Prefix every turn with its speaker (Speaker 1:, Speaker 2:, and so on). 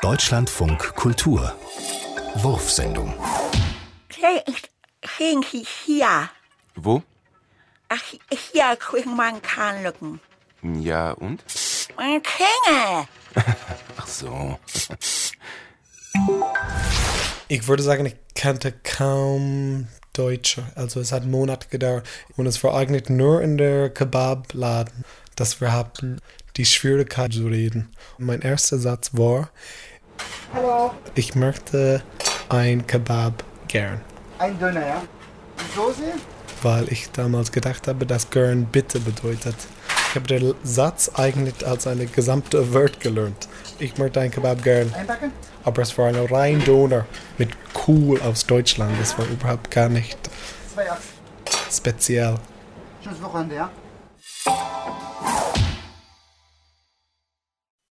Speaker 1: Deutschlandfunk Kultur. Wurfsendung.
Speaker 2: Cześć, Schinki hier.
Speaker 3: Wo?
Speaker 2: Ach, hier kriegen man Kahnlücken.
Speaker 3: Ja, und?
Speaker 2: Und Klinge.
Speaker 3: Ach so.
Speaker 4: Ich würde sagen, ich kannte kaum Deutsche. Also es hat Monate gedauert. Und es war eigentlich nur in der Kebabladen, dass wir hatten die Schwierigkeit zu reden. Und mein erster Satz war, ich möchte ein Kebab gern.
Speaker 5: Ein Döner, ja? Die Soße?
Speaker 4: Weil ich damals gedacht habe, dass gern bitte bedeutet. Ich habe den Satz eigentlich als eine gesamte Wort gelernt. Ich möchte ein Kebab gern.
Speaker 5: Einpacken?
Speaker 4: Aber es war ein rein Donor mit cool aus Deutschland. Das war überhaupt gar nicht
Speaker 5: Zwei Achsen.
Speaker 4: speziell.
Speaker 5: Schönes Wochenende, ja?